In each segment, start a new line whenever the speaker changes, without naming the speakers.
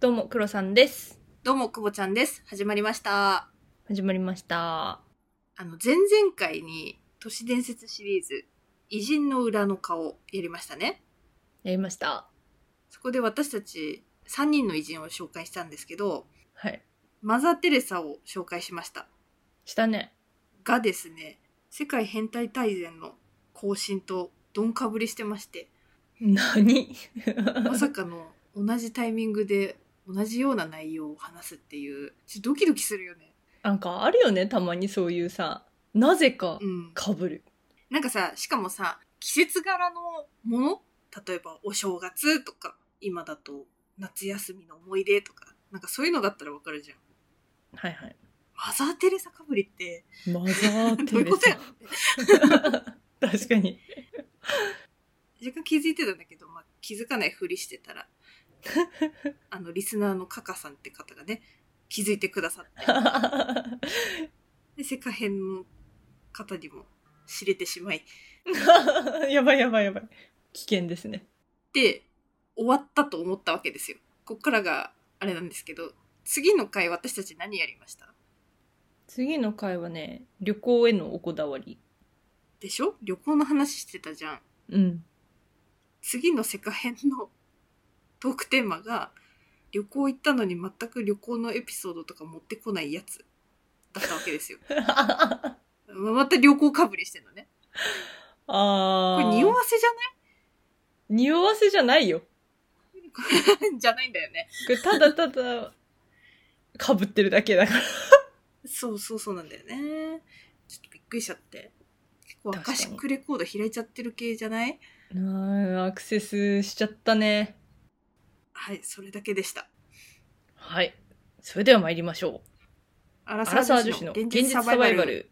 どうも、黒さんです。
どうも、くぼちゃんです。始まりました。
始まりました。
あの、前々回に都市伝説シリーズ、偉人の裏の顔やりましたね。
やりました。
そこで私たち3人の偉人を紹介したんですけど、
はい。
マザー・テレサを紹介しました。
したね。
がですね、世界変態大全の更新とどんかぶりしてまして、
何
まさかの同じタイミングで同じような内容を話すっていう、ちょっとドキドキするよね。
なんかあるよね、たまにそういうさ、なぜか
うん。
かぶる。
なんかさ、しかもさ、季節柄のもの例えばお正月とか、今だと夏休みの思い出とか、なんかそういうのだったらわかるじゃん。
はいはい。
マザー・テレサかぶりって、
マザー
どう
テ
いう
レ
ことや
サ。 確かに。
若干気づいてたんだけど、まあ、気づかないふりしてたら、あの、リスナーのカカさんって方がね、気づいてくださって、で世界編の方にも知れてしまい、
やばいやばいやばい。危険ですね。
で終わったと思ったわけですよ。こっからがあれなんですけど、次の回私たち何やりました
次の回はね、旅行へのおこだわり。
でしょ旅行の話してたじゃん。
うん。
次のセカ編のトークテーマが、旅行行ったのに全く旅行のエピソードとか持ってこないやつだったわけですよ。
あ
ままた旅行かぶりしてんのね。こ
あ
れ
ー。
匂わせじゃ
匂わせじゃないよ。
ない じゃないんだよね。
これただただ、かぶってるだけだから。
そうそうそうなんだよね。ちょっとびっくりしちゃって。結構アカシックレコード開いちゃってる系じゃない
なあアクセスしちゃったね
はい、それだけでした。
はいそれでは参りましょう
アラ
アラサー女子の現実サバイバイバ。ル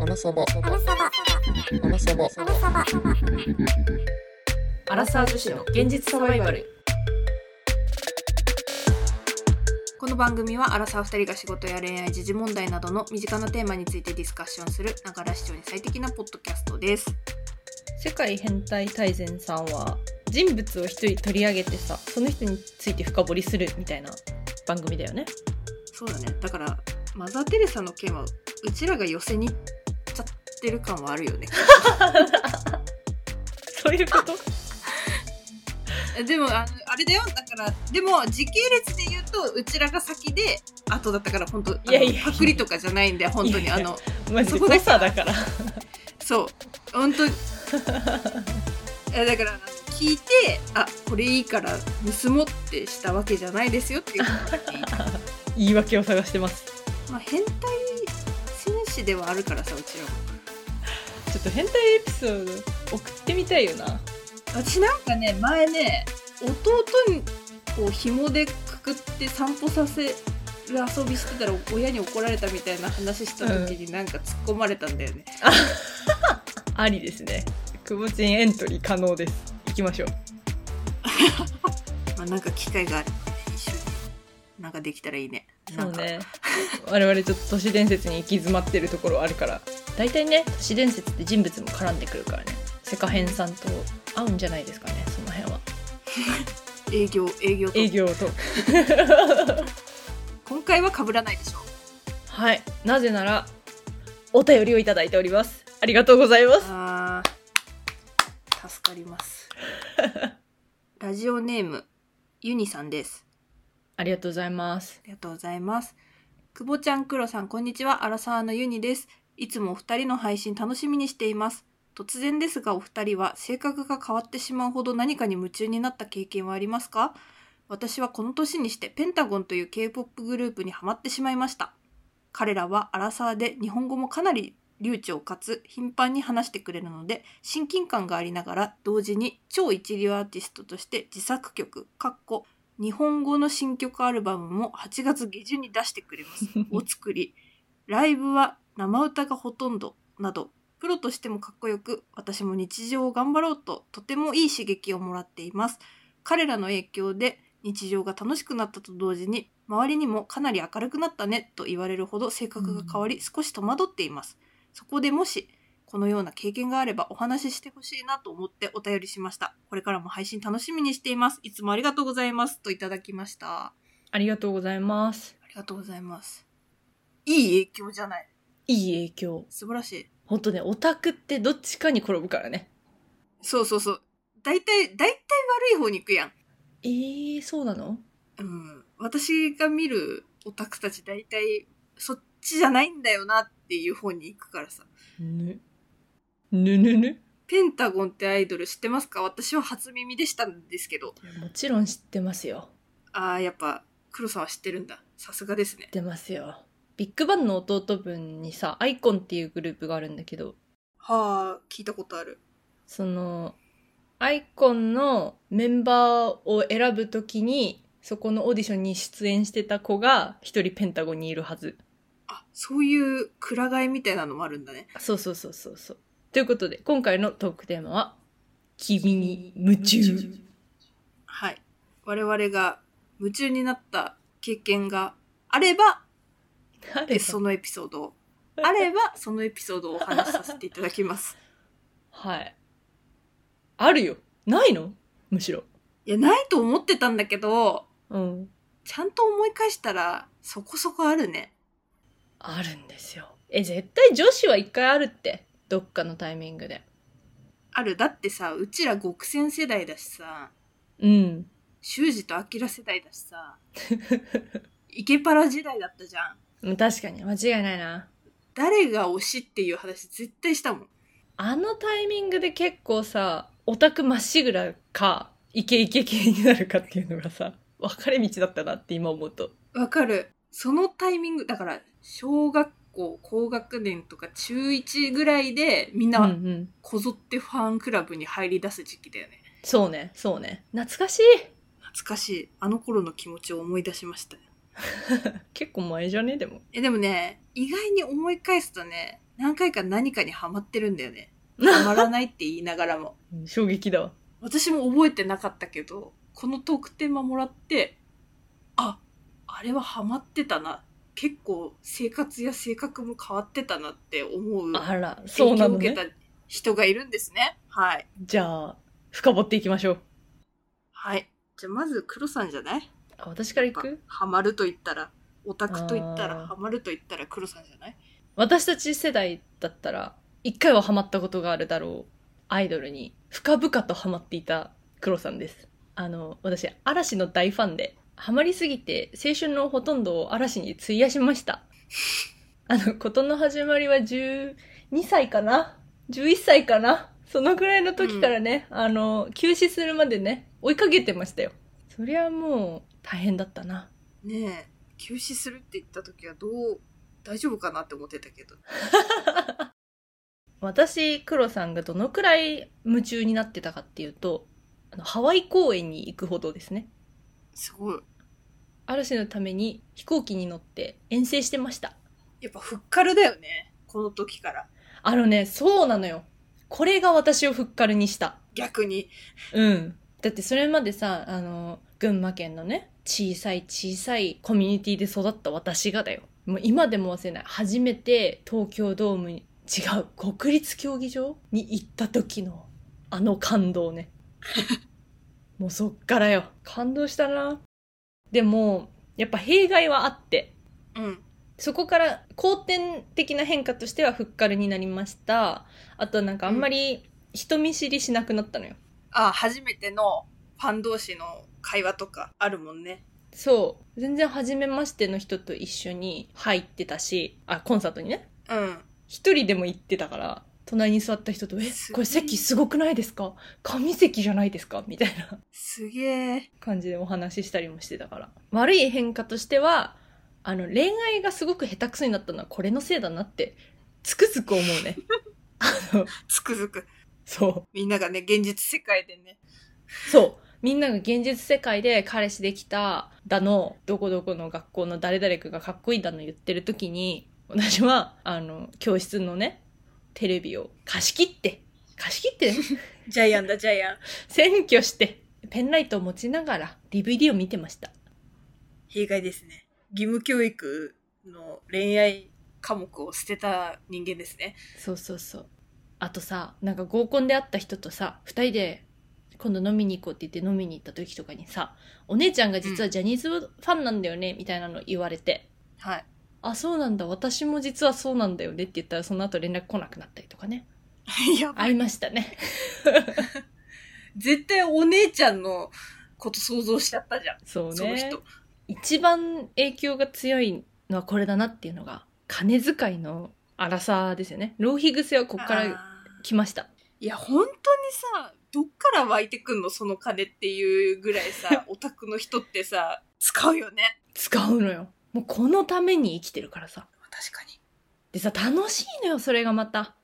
アラサバ。アラサバ。アラサバ。
アラサー女子の現実サバイバル
この番組はアラサー2人が仕事や恋愛、時事問題などの身近なテーマについてディスカッションするながら視聴に最適なポッドキャストです。
世界変態大全さんは人物を一人取り上げてさその人について深掘りするみたいな番組だよね
そうだね。だからマザー・テレサの件はうちらが寄せに行っちゃってる感はあるよね。
そういうこと
でもあのあれだよ。だからでも時系列で言うとうちらが先で後だったから本当あの
いやいやいや
パクリとかじゃないんで本当に
いやいや
あの
マジで
そこだけ
誤差だから
そう本当にえだからあの聞いてあこれいいから盗もうってしたわけじゃないですよっていうことだけ言いたい
言い訳を探してます
まあ変態戦士ではあるからさうちらも
ちょっと変態エピソード送ってみたいよな
私なんかね前ね弟にこう紐でくくって散歩させる遊びしてたら親に怒られたみたいな話した時になんか突っ込まれたんだよね、
ありですねくぼちんエントリー可能です行きましょう
まあ、なんか機会があればね一緒になんかできたらいいねな
そうん
か
ね。我々ちょっと都市伝説に行き詰まってるところあるから。大体ね、都市伝説って人物も絡んでくるからね。セカヘンさんと合うんじゃないですかね、その辺は。
営業営業と
営業と。
今回は被らないでしょ
はい。なぜなら、お便りをいただいております。ありがとうございます。
あー助かりますラジオネームユニさんです
ありがとうございます。
ありがとうございます久保ちゃん黒さんこんにちはアラサーのユニですいつもお二人の配信楽しみにしています突然ですがお二人は性格が変わってしまうほど何かに夢中になった経験はありますか私はこの年にしてペンタゴンという K-POP グループにハマってしまいました彼らはアラサーで日本語もかなり流暢かつ頻繁に話してくれるので親近感がありながら同時に超一流アーティストとして自作曲かっこ日本語の新曲アルバムも8月下旬に出してくれますを作りライブは生歌がほとんどなどプロとしてもかっこよく私も日常を頑張ろうととてもいい刺激をもらっています彼らの影響で日常が楽しくなったと同時に周りにもかなり明るくなったねと言われるほど性格が変わり少し戸惑っていますそこでもしここのような経験があればお話ししてほしいなと思ってお便りしました。これからも配信楽しみにしています。いつもありがとうございます。といただきました。
ありがとうございます。
ありがとうございます。いい影響じゃない。
いい影響。
素晴らしい。
ほんとね、オタクってどっちかに転ぶからね。
そうそうそう。大体、大体悪い方に行くやん。
えー、そうなの
うん。私が見るオタクたち大体、そっちじゃないんだよなっていう方に行くからさ。
ぬ。ぬぬぬ
ペンタゴンってアイドル知ってますか私は初耳でしたんですけど。
いやもちろん知ってますよ。
ああ、やっぱ、黒さんは知ってるんだ。さすがですね
知っ。てますよ。ビッグバンの弟分にさ、アイコンっていうグループがあるんだけど、
はあ、聞いたことある。
その、アイコンのメンバーを選ぶときに、そこのオーディションに出演してた子が一人ペンタゴンにいるはず。
あ、そういう暗がいみたいなのもあるんだね。
そうそうそうそうそう。ということで、今回のトークテーマは、君に夢中。
はい。我々が夢中になった経験があれば、
あ
で
れ
そのエピソードを。あれば、そのエピソードをお話しさせていただきます。
はい。あるよ。ないのむしろ。
いや、ないと思ってたんだけど、
うん。
ちゃんと思い返したら、そこそこあるね。
あるんですよ。え、絶対女子は一回あるって。どっかのタイミングで。
ある。だってさ、うちら極戦世代だしさ、
うん。
修二と明世代だ しさ、イケパラ時代だったじゃん。
うん確かに。間違いないな。
誰が推しっていう話絶対したもん。
あのタイミングで結構さ、オタクまっしぐらか、イケイケ系になるかっていうのがさ、分かれ道だったなって今思うと。
わかる。そのタイミング、だから、小学校、高学年とか中1ぐらいで、みん
うんう。
なんこぞってファンクラブに入り出す時期だよね。
そうね、そうね。懐かしい。
懐かしい。あの頃の気持ちを思い出しました。
結構前じゃねでも。
え、でもね、意外に思い返すとね、何回か何かにハマってるんだ よね。ハマらないって言いながらも。
うん衝撃だわ。
私も覚えてなかったけど、このトークテーマもらって、あ、あれはハマってたな。結構生活や性格も変わってたなって思う。
あら、
影
そうな
響
の
を受
ね
け。た人がいるんですね。はい。
じゃあ、深掘っていきましょう。
はい。じゃあまず黒さんじゃない
あ私から行
やっ
く
ぱハマると言ったら、オタクと言った
あ
ら、
ー
ハマると言ったら黒さんじゃない
私たち世代だったら、一回はハマったことがあるだろう。アイドルに深々とハマっていた黒さんです。あの、私、嵐の大ファンで、ハマりすぎて青春のほとんどを嵐に費やしました。あの、ことの始まりは12歳かな ?11 歳かなそのぐらいの時からね、あの、休止するまでね、追いかけてましたよ。そりゃもう大変だったな。
ねえ、休止するって言った時はどう、大丈夫かなって思ってたけど。
私黒さんがどのくらい夢中になってたかっていうとあのハワイ公園に行くほどですね
すごい。
嵐のために飛行機に乗って遠征してました
やっぱふっかるだよね。この時から。
あのねそうなのよこれが私をふっかるにした
逆に。
うんだってそれまでさあの群馬県のね小さい小さいコミュニティで育った私がだよもう今でも忘れない初めて東京ドームに違う国立競技場に行った時のあの感動ねもうそっからよ感動したなでもやっぱ弊害はあって
うん。
そこから後天的な変化としてはふっかるになりましたあとなんかあんまり人見知りしなくなったのよ
あ、初めてのファン同士の会話とかあるもんね。
そう全然初めましての人と一緒に入ってたしあコンサートにね
うん。
一人でも行ってたから隣に座った人と「え
す
こ
ごい
れ席すごくないですか神席じゃないですか?」みたいな
すげえ。
感じでお話ししたりもしてたから悪い変化としてはあの恋愛がすごく下手くそになったのはこれのせいだなってつくづく思う ねあの
つくづく。
そう
みんながね、現実世界でね。
そう。みんなが現実世界で彼氏できただの、どこどこの学校の誰々くんがかっこいいだの言ってる時に、私は、あの、教室のね、テレビを貸し切って、貸し切ってね、
ジャイアンだ、ジャイアン。
占拠して、ペンライトを持ちながら DVD を見てました。
弊害ですね義務教育の恋愛科目を捨てた人間ですね
そうそうそう。あとさなんか合コンで会った人とさ2人で今度飲みに行こうって言って飲みに行った時とかにさお姉ちゃんが実はジャニーズファンなんだよねみたいなの言われて、
はい。
あそうなんだ私も実はそうなんだよねって言ったらその後連絡来なくなったりとかね
やば
あ
い。
りましたね
絶対お姉ちゃんのこと想像しちゃったじゃん。
そう
その
ね
人。
一番影響が強いのはこれだなっていうのが金遣いの荒さですよね浪費癖はこっか
あー
ら来ました
いや、本当にさ、どっから湧いてくんのその金っていうぐらい さ、オタクの人ってさ、使うよね。
使うのよもうこのために生きてるからさ
確かに。
でさ楽しいのよそれがまた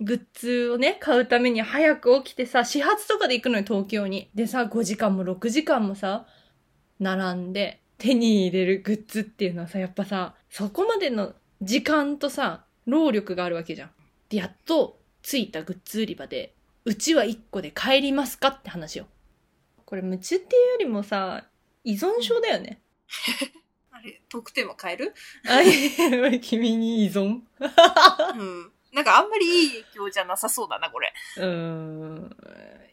グッズをね買うために早く起きてさ始発とかで行くのよ東京にでさ5時間も6時間もさ並んで手に入れるグッズっていうのはさやっぱさそこまでの時間とさ労力があるわけじゃんでやっと着いたグッズ売り場でうちは1個で帰りますかって話よこれ夢中っていうよりもさ依存症だよね
あれ、特典も変える
あい君に依存
うん。なんかあんまりいい影響じゃなさそうだな、これ。
うーん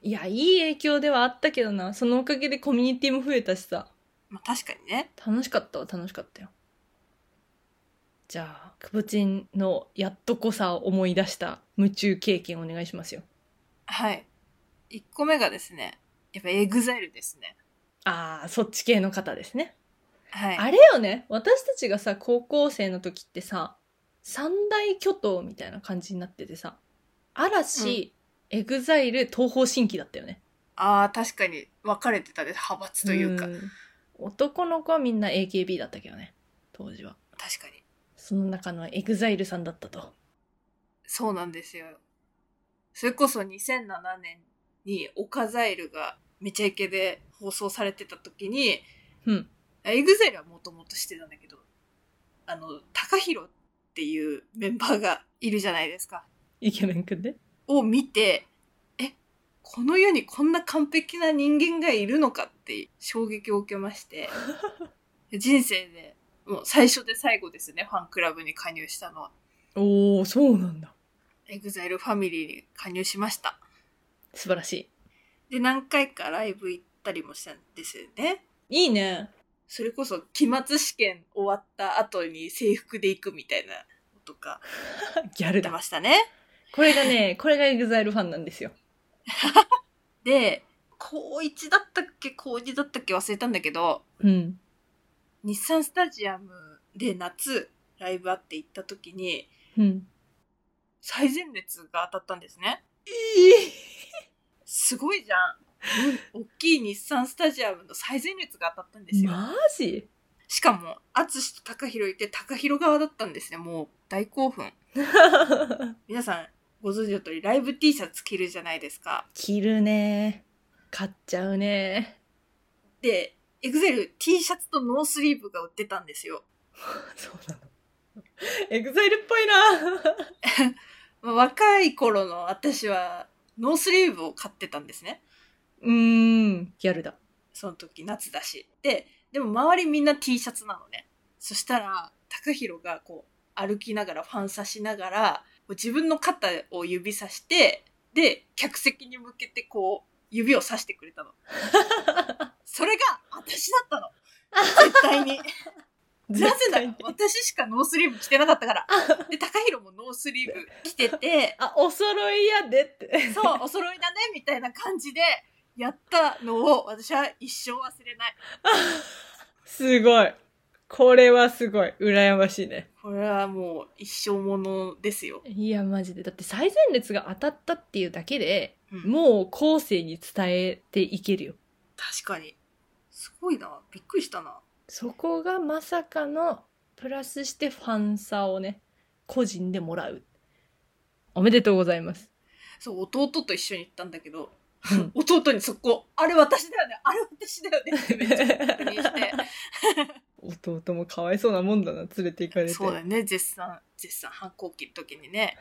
いや、いい影響ではあったけどな。そのおかげでコミュニティも増えたしさ。
まあ確かにね。
楽しかったわ、楽しかったよ。じゃあ、くぼちんのやっとこさを思い出した夢中経験お願いしますよ。
はい。1個目がですね、やっぱエグザイルですね。
ああ、そっち系の方ですね。
はい。
あれよね、私たちがさ、高校生の時ってさ、三大巨頭みたいな感じになっててさ、嵐、エグザイル、東方神起だったよね。
ああ、確かに分かれてたね、派閥というか。
ん男の子はみんな AKB だったけどね当時は
確かに。
その中のエグザイルさんだったと
そうなんですよ。それこそ2007年にオカザイルがめちゃイケで放送されてた時に、
うん
エグザイルはもともとしてたんだけど、あの、高弘っていうメンバーがいるじゃないですか。
イケメンくんで
を見て、え、この世にこんな完璧な人間がいるのかって衝撃を受けま して、人生で、もう最初で最後ですね、ファンクラブに加入したのは。
おおそうなんだ
エグザイルファミリーに加入しました。
素晴らし
で、何回かライブ行ったりもしたんですよね。
いいいね
それこそ、期末試験終わった後に制服で行くみたいなことか、
ギャル
出
だ
ましたね。
これがねこれがエグザイルファンなんですよ
で、高1だったっけ、高2だったっけ忘れたんだけど、
うん
日産スタジアムで夏、ライブあって行った時に、
うん
最前列が当たったんですね。すごいじゃん。大きい日産スタジアムの最前列が当たったんですよ。
マジ
しかも、淳と高弘いて、高弘側だったんですね。もう大興奮。皆さん、ご存知の通り、ライブ T シャツ着るじゃないですか。
着るね買っちゃうね
で、エグゼル T シャツとノースリーブが売ってたんですよ。
そうなのエグザイルっぽいな
まあ、若い頃の私は、ノースリーブを買ってたんですね。
うーんギャルだ
その時、夏だし。で、でも周りみんな T シャツなのね。そしたら、高弘がこう、歩きながら、ファン差しながら、こう自分の肩を指さして、で、客席に向けてこう、指をさしてくれたの。それが私だったの。絶対に。 なぜなら
絶対に
私しかノースリーブ着てなかったから。で、高弘もノースリーブ着て て、
あお揃いやでって
そう、お揃いだね、みたいな感じで、やったのを私は一生忘れない。
すごい。これはすごい。羨ましいね。
これはもう一生ものですよ。
いや、マジで。だって最前列が当たったっていうだけで、
うん
もう後世に伝えていけるよ。
確かに。すごいな。びっくりしたな。
そこがまさかの、プラスしてファンサをね、個人でもらう。おめでとうございます。
そう、弟と一緒に行ったんだけど、
うん
弟にそこ、あれ私だよね、あれ私だよねってめっちゃ確 認して。
弟もかわいそうなもんだな、連れて行かれて。
そうだよね、絶賛、絶賛反抗期の時にね。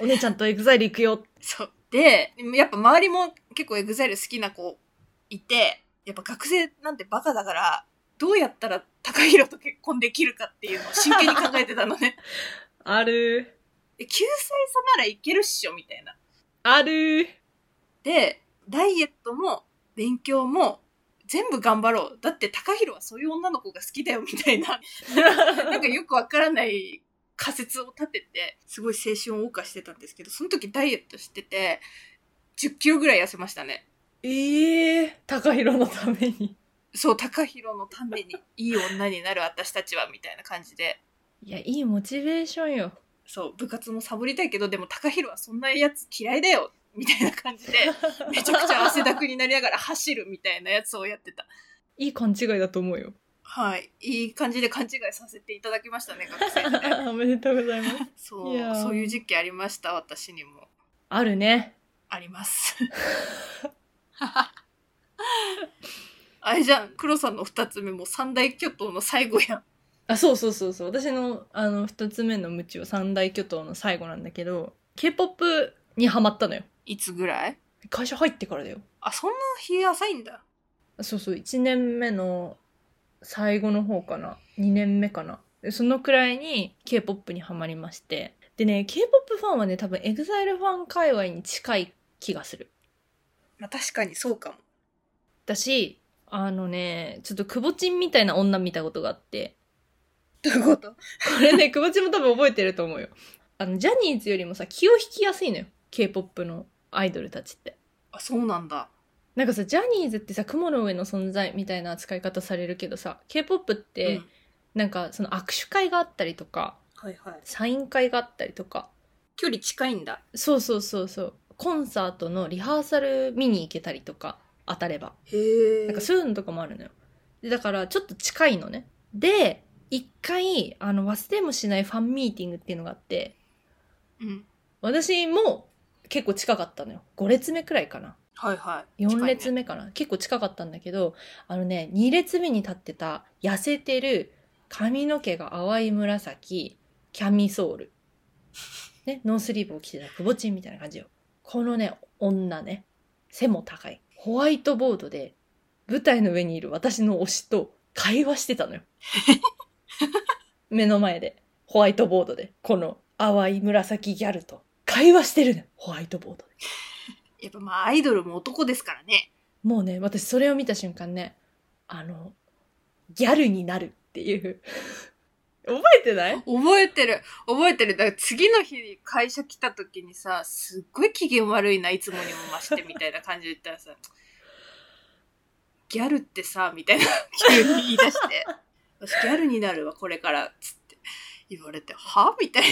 お姉ちゃんとエグザイル行くよ。
そう。で、やっぱ周りも結構エグザイル好きな子いて、やっぱ学生なんてバカだから、どうやったら高弘と結婚できるかっていうのを真剣に考えてたのね。
ある。
え救済さならいけるっしょみたいな。
あるー。
で、ダイエットも勉強も全部頑張ろう。だって高弘はそういう女の子が好きだよみたいな、なんかよくわからない仮説を立てて、すごい青春を謳歌してたんですけど、その時ダイエットしてて、10キロぐらい痩せましたね。
ええー、高弘のために。
そう、高弘のためにいい女になる私たちはみたいな感じで。
いや、いいモチベーションよ。
そう、部活もサボりたいけど、でも高弘はそんなやつ嫌いだよみたいな感じで、めちゃくちゃ汗だくになりながら走るみたいなやつをやってた。
いい勘違いだと思うよ。
はい。いい感じで勘違いさせていただきましたね、学 生時 代。
おめでとうございます。
そう
いやー
そういう時期ありました、私にも。
あるね。
あります。 あれじゃん、黒さんの二つ目もう三大巨頭の最後やん。
あ、そうそうそうそう。私の、あの、二つ目の無知は三大巨頭の最後なんだけど、K-POP にハマったのよ。
いつぐらい
会社入ってからだよ。
あ、そんな日浅いんだ。
そうそう、1年目の最後の方かな。2年目かな。でそのくらいに K-POP にハマりまして。でね、K-POP ファンはね、多分 EXILE ファン界隈に近い気がする。
まあ確かにそうかも。
だし、あのね、ちょっとクボチンみたいな女見たことがあって、
どういうこと
これね、クボチンも多分覚えてると思うよ。あの、ジャニーズよりもさ、気を引きやすいのよ。K-POP のアイドルたちって。
あ、そうなんだ。
なんかさ、ジャニーズってさ、雲の上の存在みたいな扱い方されるけどさ、K-POP っ
う
て、
ん
なんかその握手会があったりとか、
はいはい。
サイン会があったりとか、
距離近いんだ。
そうそうそうそう、コンサートのリハーサル見に行けたりとか、当たれば。
へえ。
なんかそういうのとかもあるのよ。でだからちょっと近いのね。で、一回、あの、忘れもしないファンミーティングっていうのがあって、
うん。
私も結構近かったのよ。5列目くらいかな。
はいはい。
4列
目。
目かな、結構近かったんだけどあのね2列目に立ってた痩せてる髪の毛が淡い紫キャミソール、ね、ノースリーブを着てたくぼちんみたいな感じよこのね女ね背も高いホワイトボードで舞台の上にいる私の推しと会話してたのよ目の前でホワイトボードでこの淡い紫ギャルと会話してるのよホワイトボードで
やっぱまあアイドルも男ですからね。
もうね、私それを見た瞬間ね、あの、ギャルになるっていう。 覚えてない
覚えてる。覚えてる。だから次の日会社来た時にさ、すっごい機嫌悪いな、いつもにも増してみたいな感じで言ったらさ、ギャルってさ、みたいな、急に言い出して、私ギャルになるわ、これから、つって言われて、はみたいな。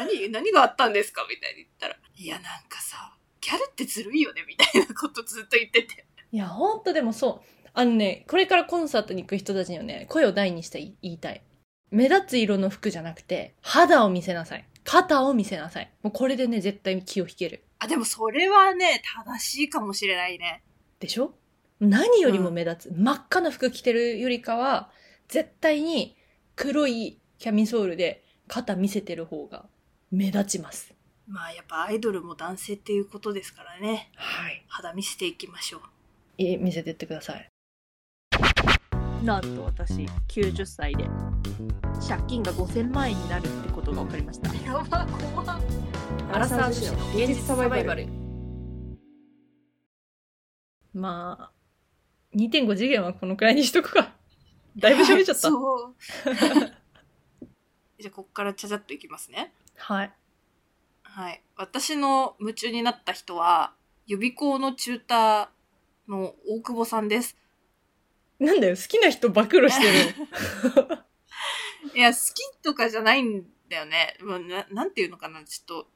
何、何があったんですかみたいに言ったら、いや、なんかさ、ギャルってずるいよね、みたいなことずっと言ってて。
いや、ほんとでもそう。あのね、これからコンサートに行く人たちにはね、声を大にして言いたい。目立つ色の服じゃなくて、肌を見せなさい。肩を見せなさい。もうこれでね、絶対気を引ける。
あ、でもそれはね、正しいかもしれないね。
でしょ何よりも目立つ、真っ赤な服着てるよりかは絶対に黒いキャミソールで肩見せてる方が目立ちます
まあやっぱアイドルも男性っていうことですからね。
はい
肌見せていきましょう
え見せてってください
なんと私90歳で借金が5000万円になるってことが分かりました
やば怖
アラサー女子の現実サバイバ
ルまあ2.5次元はこのくらいにしとくか だいぶ喋っちゃった
そう じゃあこっからちゃちゃっといきますね
はい
はい私の夢中になった人は予備校のチューターの大久保さんです
なんだよ好きな人暴露してる
いや好きとかじゃないんだよねもうななんていうのかなちょっと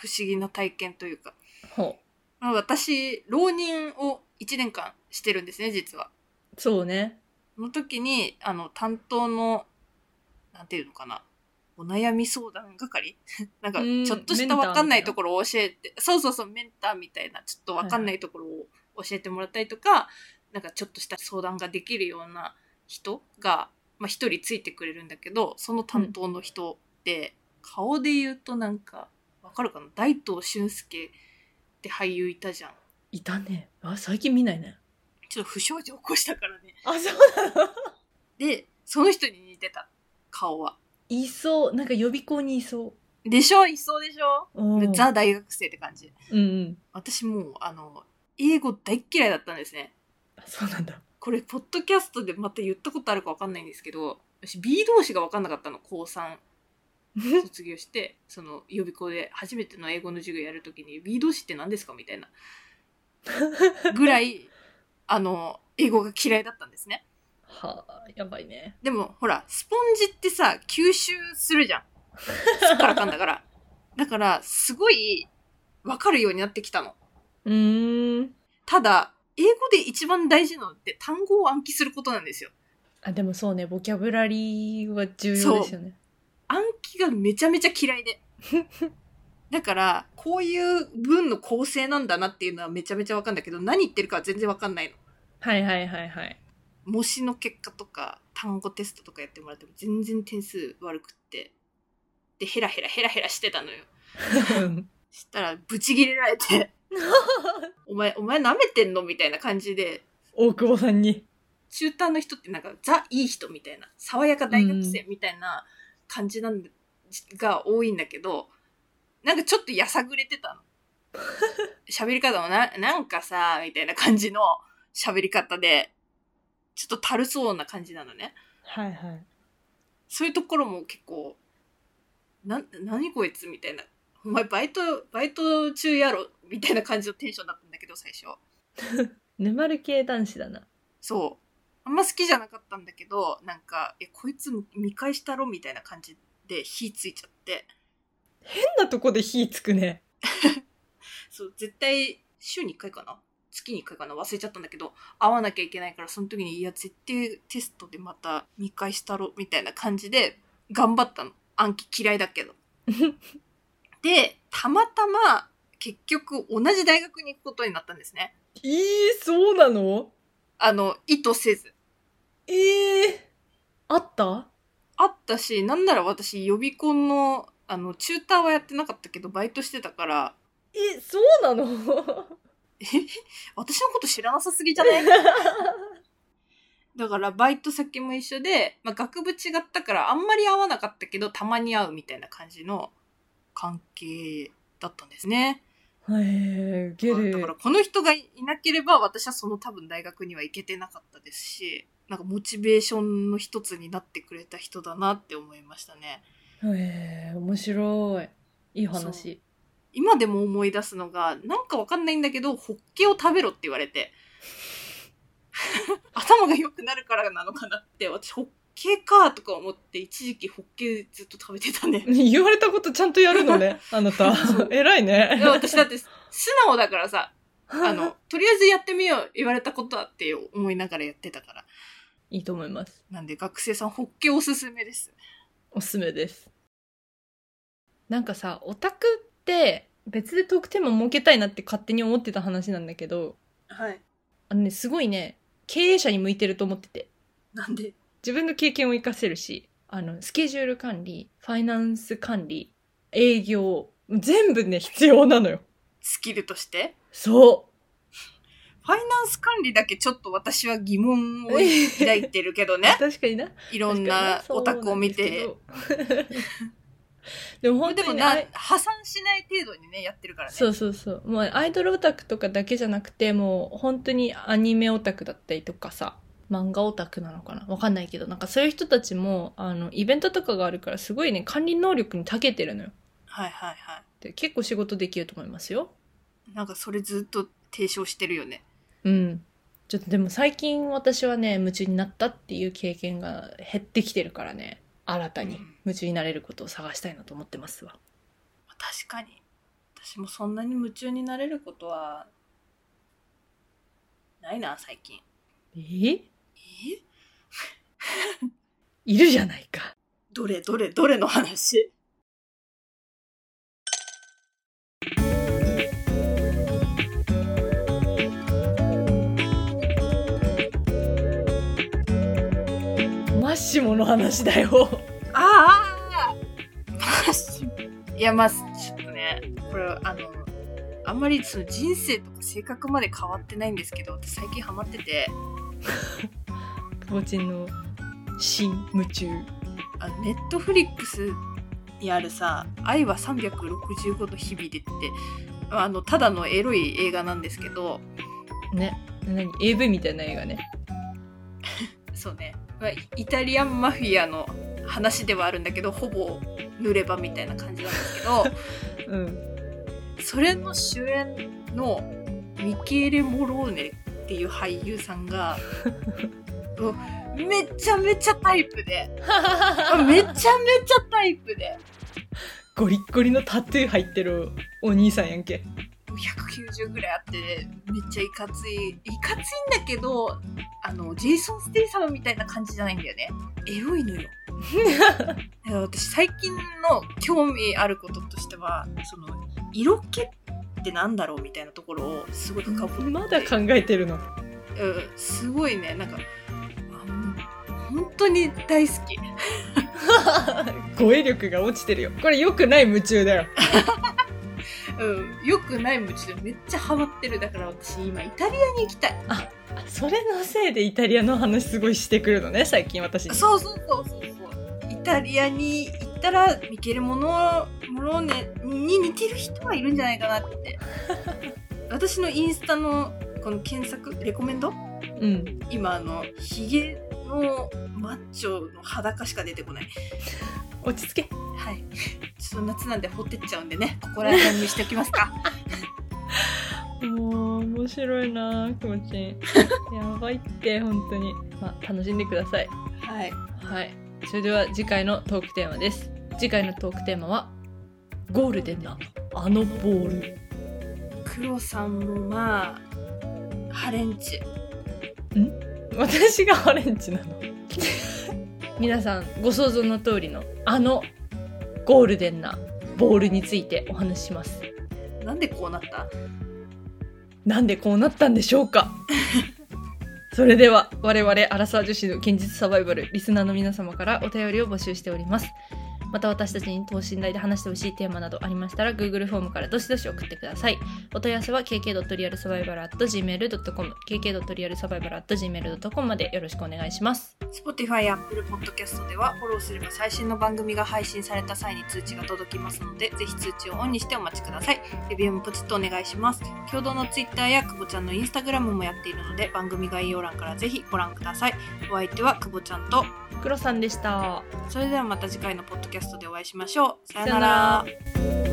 不思議な体験というか、
ほう
まあ、私浪人を1年間してるんですね実は
そうね
その時に、あの、担当の、なんていうのかな、お悩み相談係 なんか、
うん
ちょっとし
メン
た
ターみたいな
わかんないところを教えて、そうそうそう、メンターみたいな、ちょっとわかんないところを教えてもらったりとか、なんかちょっとした相談ができるような人が、まあ、一人ついてくれるんだけど、その担当の人って、顔で言うとなんか、わかるかな大東俊介って俳優いたじゃん。
いたねあ最近見ないね
ちょっと不祥事起こしたからね。
あそう
で、その人に似てた、顔は。
いそう。なんか予備校にいそう。
でしょいそうでしょ
うん
ザ大学生って感じ。
うんうん。
私もう、あの、英語大嫌いだったんですね。
あそうなんだ。
これ、ポッドキャストでまた言ったことあるかわかんないんですけど、私、B 同士がわかんなかったの、高3。卒業して、 その、予備校で初めての英語の授業やるときに、B 同士って何ですかみたいな。ぐらい、あの、英語が嫌いだったんですね。
はあ、やばいね。
でもほらスポンジってさ吸収するじゃんすっからかんだからだからすごい分かるようになってきたの
うーん。
ただ英語で一番大事なのって単語を暗記することなんですよ
あ、でもそうね、ボキャブラリーは重要ですよね。
暗記がめちゃめちゃ嫌いでだからこういう文の構成なんだなっていうのはめちゃめちゃ分かんだけど何言ってるかは全然分かんないの
はいはいはいはい。
模試の結果とか単語テストとかやってもらっても全然点数悪くってでヘラヘラヘラヘラしてたのよしたらブチギレられてお前お前舐めてんのみたいな感じで
大久保さんに。
中端の人ってなんかザいい人みたいな爽やか大学生みたいな感じなんだ、が多いんだけどなんかちょっとやさぐれてたの喋り方もななんかさみたいな感じの喋り方でちょっとたるそうな感じなのね
はいはい。
そういうところも結構、な、何こいつみたいな。お前バイト、バイト中やろみたいな感じのテンションだったんだけど、最初。
沼る系男子だな。
そう。あんま好きじゃなかったんだけど、なんか、いや、こいつ見返したろみたいな感じで火ついちゃって。
変なとこで火つくね。
そう、絶対、週に1回かな月に1回かな忘れちゃったんだけど、会わなきゃいけないから、その時に、いや、絶対テストでまた見返したろみたいな感じで、頑張ったの。暗記嫌いだけど。で、たまたま、結局、同じ大学に行くことになったんですね。
えー、そうなの
あの、意図せず。
ええあった
あったし、なんなら私、予備校の、あの、チューターはやってなかったけど、バイトしてたから、
え、そうなの
え私のこと知らなさすぎじゃないだから、バイト先も一緒で、まあ、学部違ったから、あんまり会わなかったけど、たまに会うみたいな感じの関係だったんですね。
へえ、ウケ
だから
る。
この人がいなければ私はその多分大学には行けてなかったですしなんかモチベーションの一つになってくれた人だなって思いましたね
へえ、面白い。いい話。
今でも思い出すのがなんかわかんないんだけどホッケを食べろって言われて 頭が良くなるからなのかなって私ホッケかとか思って一時期ホッケずっと食べてたね
言われたことちゃんとやるの ね、あなた
そう。
偉い
い
ね。
や 私だって素直だからさあのとりあえずやってみよう言われたことだって思いながらやってたから
いいと思います。
なんで学生さんホッケおすすめです。
おすすめです。なんかさ、オタクって別でトークテーマ設けたいなって勝手に思ってた話なんだけど、
はい。
あのね、すごいね、経営者に向いてると思ってて。
なんで
自分の経験を活かせるし、あの、スケジュール管理、ファイナンス管理、営業、全部ね、必要なのよ。
スキルとして
そ
ファイナンス管理だけちょっと私は疑問を抱いてるけど
う。。
ね
確かにな。
いろんなオタクを見て。
確かにね。そうなんですけど でも本当
でも
にね、
な
あい、
破産しない程度にね、やってるからね。
そうそうそう。もうアイドルオタクとかだけじゃなくて、もう本当にアニメオタクだったりとかさ、漫画オタクなのかなわかんないけど、なんかそういう人たちも、あの、イベントとかがあるから、すごいね、管理能力に長けてるのよ。
はいはいは
で結構仕事できると思いますよ。
い。なんかそれずっと提唱してるよね。
うん。ちょっとでも最近私はね、夢中になったっていう経験が減ってきてるからね、新たに
うん
夢中になれることを探したいなと思ってますわ。
確かに。私もそんなに夢中になれることは、ないな、最近。
え
え
いるじゃないか。
どれどれどれの話
マッシモの話だよ。
あ あいやまあちょっとねこれあのあんまりその人生とか性格まで変わってないんですけど私最近ハマってて
くぼちんの新夢中。
あのネットフリックスにあるさ「愛は365の日々で」ってあのただのエロい映画なんですけど
ね何 AV みたいな映画ね
そうねまあイイタリアンマフィアの話ではあるんだけどほぼ濡れ場みたいな感じなんですけど
うん
それの主演のミケーレ・モローネっていう俳優さんがもうめちゃめちゃタイプであめちゃめちゃタイプで
ゴリッゴリのタトゥー入ってるお兄さんやんけ
もう190ぐらいあってめっちゃいかついいかついんだけどあのジェイソン・ステイ様みたいな感じじゃないんだよねエロいの よいや私最近の興味あることとしてはその色気ってなんだろうみたいなところをすごい深掘って
まだ考えてるの
うん、すごいねなんかあもう本当に大好き
語彙力が落ちてるよこれ良くない夢中だよ
うん、よくない夢中でめっちゃハマってるだから私今イタリアに行きたい
それのせいでイタリアの話すごいしてくるのね最近私に
そうそうそうそうそうイタリアに行ったらミケルモノモローネに似てる人はいるんじゃないかなって私のインスタのこの検索レコメンド
うん
今あのヒゲのマッチョの裸しか出てこない
落ち着け
はいちょっと夏なんで掘ってっちゃうんでねここら辺にしておきますか
もう面白いな気持 ちいいやばいって本当にまあ楽しんでください
はい
はいそれでは次回のトークテーマです次回のトークテーマはゴールデンなあのボール
黒さんもまあハレンチ
私がハレンチなの 皆さんご想像の通りのあのゴールデンなボールについてお話しします
なんでこうなった
なんでこうなったんでしょうか それでは我々アラサー女子の現実サバイバルリスナーの皆様からお便りを募集しておりますまた私たちに等身大で話してほしいテーマなどありましたら Google フォームからどしどし送ってくださいお問い合わせは kk.realsurvival.gmail.com kk.realsurvival.gmail.com までよろしくお願いします
Spotify や Apple Podcast ではフォローすれば最新の番組が配信された際に通知が届きますのでぜひ通知をオンにしてお待ちくださいレビューもポチッとお願いします共同の Twitter やくぼちゃんの Instagram もやっているので番組概要欄からぜひご覧くださいお相手はくぼちゃんと
黒さんでした
それではまた次回のポッドキャストでお会いしましょうさよな
さよな
ら
ら